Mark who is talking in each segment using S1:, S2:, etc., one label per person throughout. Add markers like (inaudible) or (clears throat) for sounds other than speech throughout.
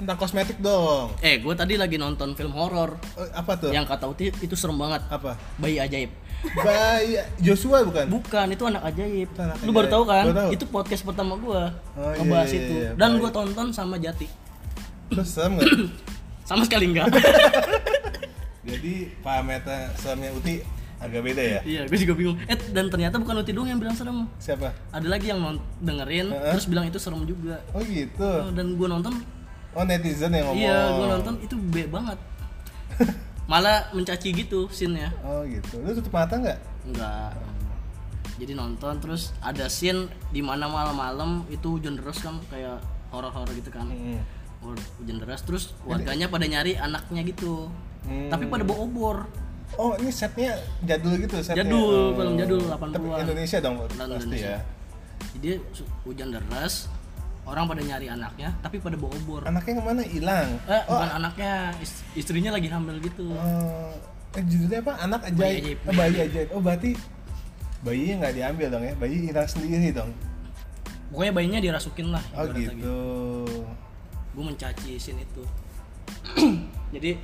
S1: tentang kosmetik dong.
S2: Eh, gue tadi lagi nonton film horor
S1: Eh, Apa tuh?
S2: yang kata Uti itu serem banget.
S1: Apa?
S2: Bayi ajaib.
S1: Bayi Joshua bukan?
S2: Bukan, itu anak ajaib.
S1: Itu anak
S2: Lu baru
S1: ajaib.
S2: tahu kan?
S1: Baru tahu.
S2: Itu podcast pertama gue
S1: Oh, iya,
S2: ngebahas
S1: iya,
S2: itu.
S1: iya,
S2: Dan
S1: baik.
S2: gue tonton sama Jati.
S1: Terus serem nggak?
S2: Sama sekali
S1: (laughs)
S2: enggak.
S1: Jadi parameter seremnya Uti agak beda ya?
S2: iya, gue juga bingung. Eh, dan ternyata bukan Uti doang yang bilang serem.
S1: Siapa?
S2: Ada lagi yang non- dengerin
S1: Heeh.
S2: terus bilang itu serem juga. Eh,
S1: Oh gitu.
S2: Dan gue nonton,
S1: Oh netizen yang ngomong.
S2: iya, gue nonton itu be banget.
S1: (laughs)
S2: Malah mencaci gitu scene-nya.
S1: Oh gitu. Lu tutup mata nggak?
S2: Enggak. Jadi nonton terus ada scene di mana malam-malam itu hujan deras kan kayak horor-horor gitu kan.
S1: Hmm.
S2: Hor- Hujan deras terus warganya pada nyari anaknya gitu.
S1: Hmm.
S2: Tapi pada bawa obor.
S1: Oh ini setnya jadul gitu setnya.
S2: Jadul, film jadul
S1: Tapi
S2: 80-an.
S1: Indonesia dong pasti
S2: Indonesia.
S1: ya.
S2: Jadi su- hujan deras, orang pada nyari anaknya tapi pada bawa obor.
S1: Anaknya kemana? Hilang.
S2: Eh, bukan anaknya, is- istrinya lagi hamil gitu.
S1: Oh, eh, judulnya apa? Anak
S2: Bayi
S1: ajaib.
S2: ajaib.
S1: Oh, bayi ajaib. Oh berarti bayinya nggak diambil dong ya? Bayi hilang sendiri dong.
S2: Pokoknya bayinya dirasukin lah
S1: Oh
S2: ibaratnya
S1: gitu.
S2: gue mencaci scene (clears throat) itu jadi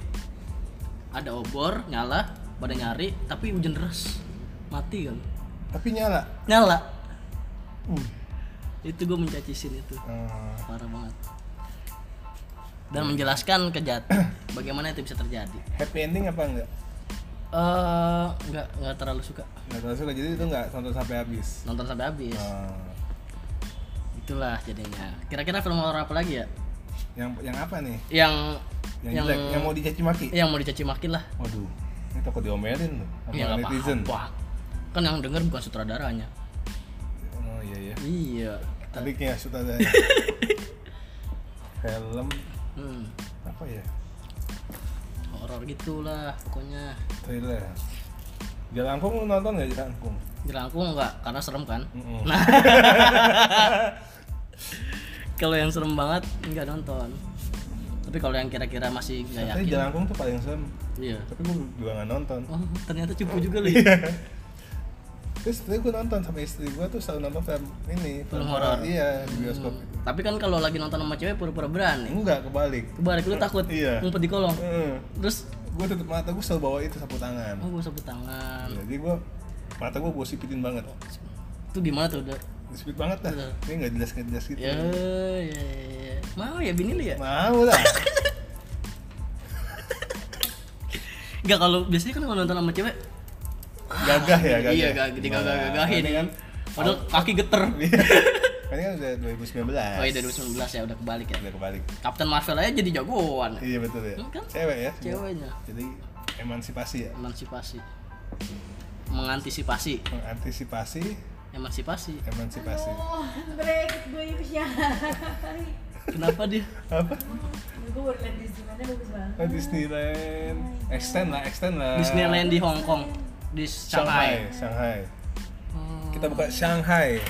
S2: ada obor nyala pada nyari tapi hujan deras mati kan
S1: Tapi nyala.
S2: nyala
S1: Uh.
S2: itu gue mencaci scene itu
S1: Eh,
S2: parah banget dan menjelaskan ke (clears throat) Jati bagaimana itu bisa terjadi
S1: happy ending apa enggak?
S2: eh nggak nggak terlalu suka
S1: Nggak tahu suka jadi itu nggak nonton sampai habis.
S2: nonton sampai habis
S1: Eh,
S2: itulah jadinya kira-kira film horor apa lagi ya
S1: yang yang apa nih?
S2: yang
S1: Yang,
S2: yang Iya.
S1: jelek, yang mau dicaci maki.
S2: yang mau dicaci maki lah
S1: Waduh, ini takut diomelin loh sama
S2: ya nggak
S1: netizen.
S2: apa-apa kan yang denger bukan sutradaranya
S1: Oh iya iya.
S2: iya
S1: Tapi kayak sutradara. Film
S2: hmm.
S1: apa ya?
S2: horor gitulah pokoknya
S1: Thriller. Jalangkung lu nonton nggak Jalangkung?
S2: jelangkung enggak karena serem kan
S1: Mm-mm. (laughs)
S2: nah kalau yang serem banget nggak nonton tapi kalau yang kira-kira masih nggak
S1: Tapi
S2: yakin
S1: Jalangkung tuh paling serem.
S2: iya
S1: Tapi gue juga nggak nonton.
S2: oh ternyata cupu juga lu
S1: Iya.
S2: ya
S1: Terus sebenernya gue nonton sama istri gue tuh selalu nonton film ini
S2: Film horor. Hmm.
S1: Iya di bioskop.
S2: tapi kan kalau lagi nonton sama cewek pura-pura berani
S1: Enggak kebalik.
S2: kebalik lu takut
S1: Iya.
S2: ngumpet di kolong
S1: Heeh.
S2: terus
S1: Gue tutup mata gue selalu bawa itu sapu tangan.
S2: oh gue sebut tangan
S1: Jadi gue mata gue gue sipitin banget.
S2: itu gimana tuh udah
S1: Sipit banget dah.
S2: Iya.
S1: Ini nggak jelas nggak jelas gitu.
S2: ya, ya, ya. mau ya bini lu ya
S1: Mau lah.
S2: Enggak kalau biasanya kan kalau nonton sama cewek
S1: Gagah ya, gagah.
S2: Iya, gag- digagah-gagahin
S1: Ini
S2: kan.
S1: kan.
S2: Padahal kaki geter.
S1: Kan (laughs) ini kan udah 2019.
S2: Oh iya 2019 ya udah kebalik ya.
S1: Udah kebalik.
S2: Captain Marvel aja jadi jagoan.
S1: Iya betul ya.
S2: Kan?
S1: Cewek ya. semua.
S2: Ceweknya
S1: Jadi emansipasi ya.
S2: emansipasi. Mengantisipasi,
S1: Mengantisipasi,
S2: emansipasi.
S1: emansipasi.
S3: Oh, break gue ya. (laughs)
S2: Kenapa
S1: (laughs)
S2: dia?
S1: Apa?
S3: Gue baru liat di mana bagus banget.
S1: Oh, Disneyland. Extend lah, extend lah.
S2: Disneyland di Hong Kong, di
S1: Shanghai,
S2: Shanghai.
S1: Shanghai.
S2: Hmm.
S1: Kita buka Shanghai.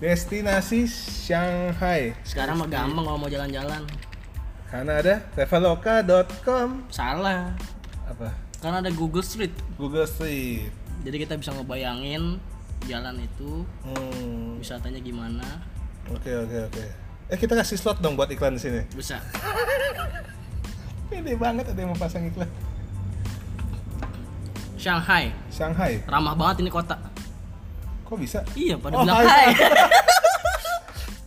S1: Destinasi Shanghai.
S2: Sekarang mah gampang kalau mau jalan-jalan.
S1: Karena ada traveloka.com.
S2: Salah.
S1: Apa?
S2: Karena ada Google Street.
S1: Google Street.
S2: Jadi kita bisa ngebayangin jalan itu
S1: Hmm.
S2: wisatanya gimana.
S1: Oke oke oke. Eh kita kasih slot dong buat iklan di sini.
S2: Bisa.
S1: Pede banget ada yang mau pasang iklan.
S2: Shanghai.
S1: Shanghai.
S2: Ramah banget ini kota.
S1: Kok bisa?
S2: Iya, pada
S1: Oh,
S2: bilang
S1: hai.
S2: hai.
S1: (laughs)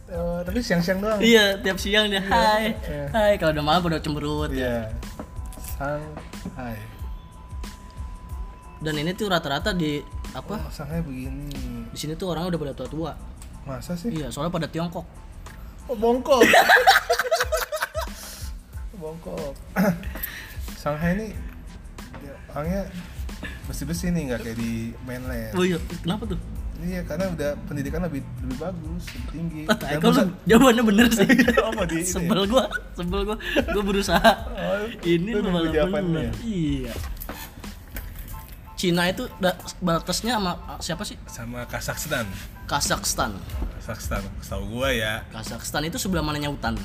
S1: Eh, tapi siang-siang doang.
S2: Iya, tiap siang dia hai.
S1: Iya.
S2: Hai, kalau udah malam udah cemberut. ya.
S1: Iya. Shanghai.
S2: Dan ini tuh rata-rata di apa?
S1: Oh, Shanghai begini.
S2: Di sini tuh orang udah pada tua-tua.
S1: Masa sih?
S2: Iya, soalnya pada Tiongkok.
S1: Oh, bongkok. (laughs) (clears throat) bongkok. Shanghai ini ya, orangnya bersih-bersih nih nggak kayak di mainland.
S2: Oh iya, kenapa tuh?
S1: Iya karena udah pendidikan lebih lebih bagus, lebih tinggi.
S2: Ah,
S1: Dan
S2: Tai, kalau
S1: pusat-
S2: lu- jawabannya bener sih.
S1: Oh, mau di ini ya?
S2: sebel gua, sebel gua. Gua berusaha.
S1: Oh,
S2: ini
S1: lu
S2: lu
S1: nunggu
S2: malah
S1: jawabannya ya?
S2: bener. Iya. Cina itu da- batasnya sama ah, siapa sih?
S1: sama Kazakhstan.
S2: Kazakhstan.
S1: Kazakhstan, setahu gua ya
S2: Kazakhstan itu sebelah mananya hutan?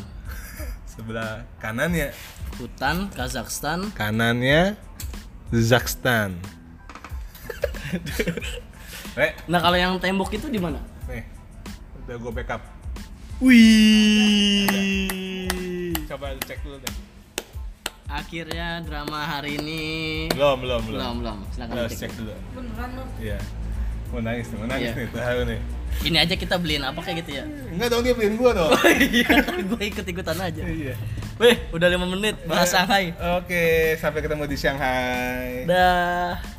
S1: sebelah kanannya.
S2: Hutan Kazakhstan.
S1: Kanannya (laughs) Zakhstan. Rek,
S2: Nah, kalau yang tembok itu di mana?
S1: nih. Udah gua backup.
S2: Wih.
S1: coba cek dulu deh.
S2: Akhirnya drama hari ini
S1: Belum, belum, belum.
S2: belum belum. Silakan
S1: Lo harus
S2: cek.
S1: cek dulu.
S3: Beneran lu.
S1: Iya. Mau nangis nih, mau nangis
S2: Iya.
S1: nih, tahu nih.
S2: Ini aja kita beliin apa kayak (laughs) gitu ya?
S1: Enggak dong dia beliin gua
S2: (laughs)
S1: dong.
S2: gue ikut ikutan aja.
S1: Iya.
S2: Weh, udah lima menit bahas Shanghai.
S1: Oke, sampai ketemu di Shanghai.
S2: Dah.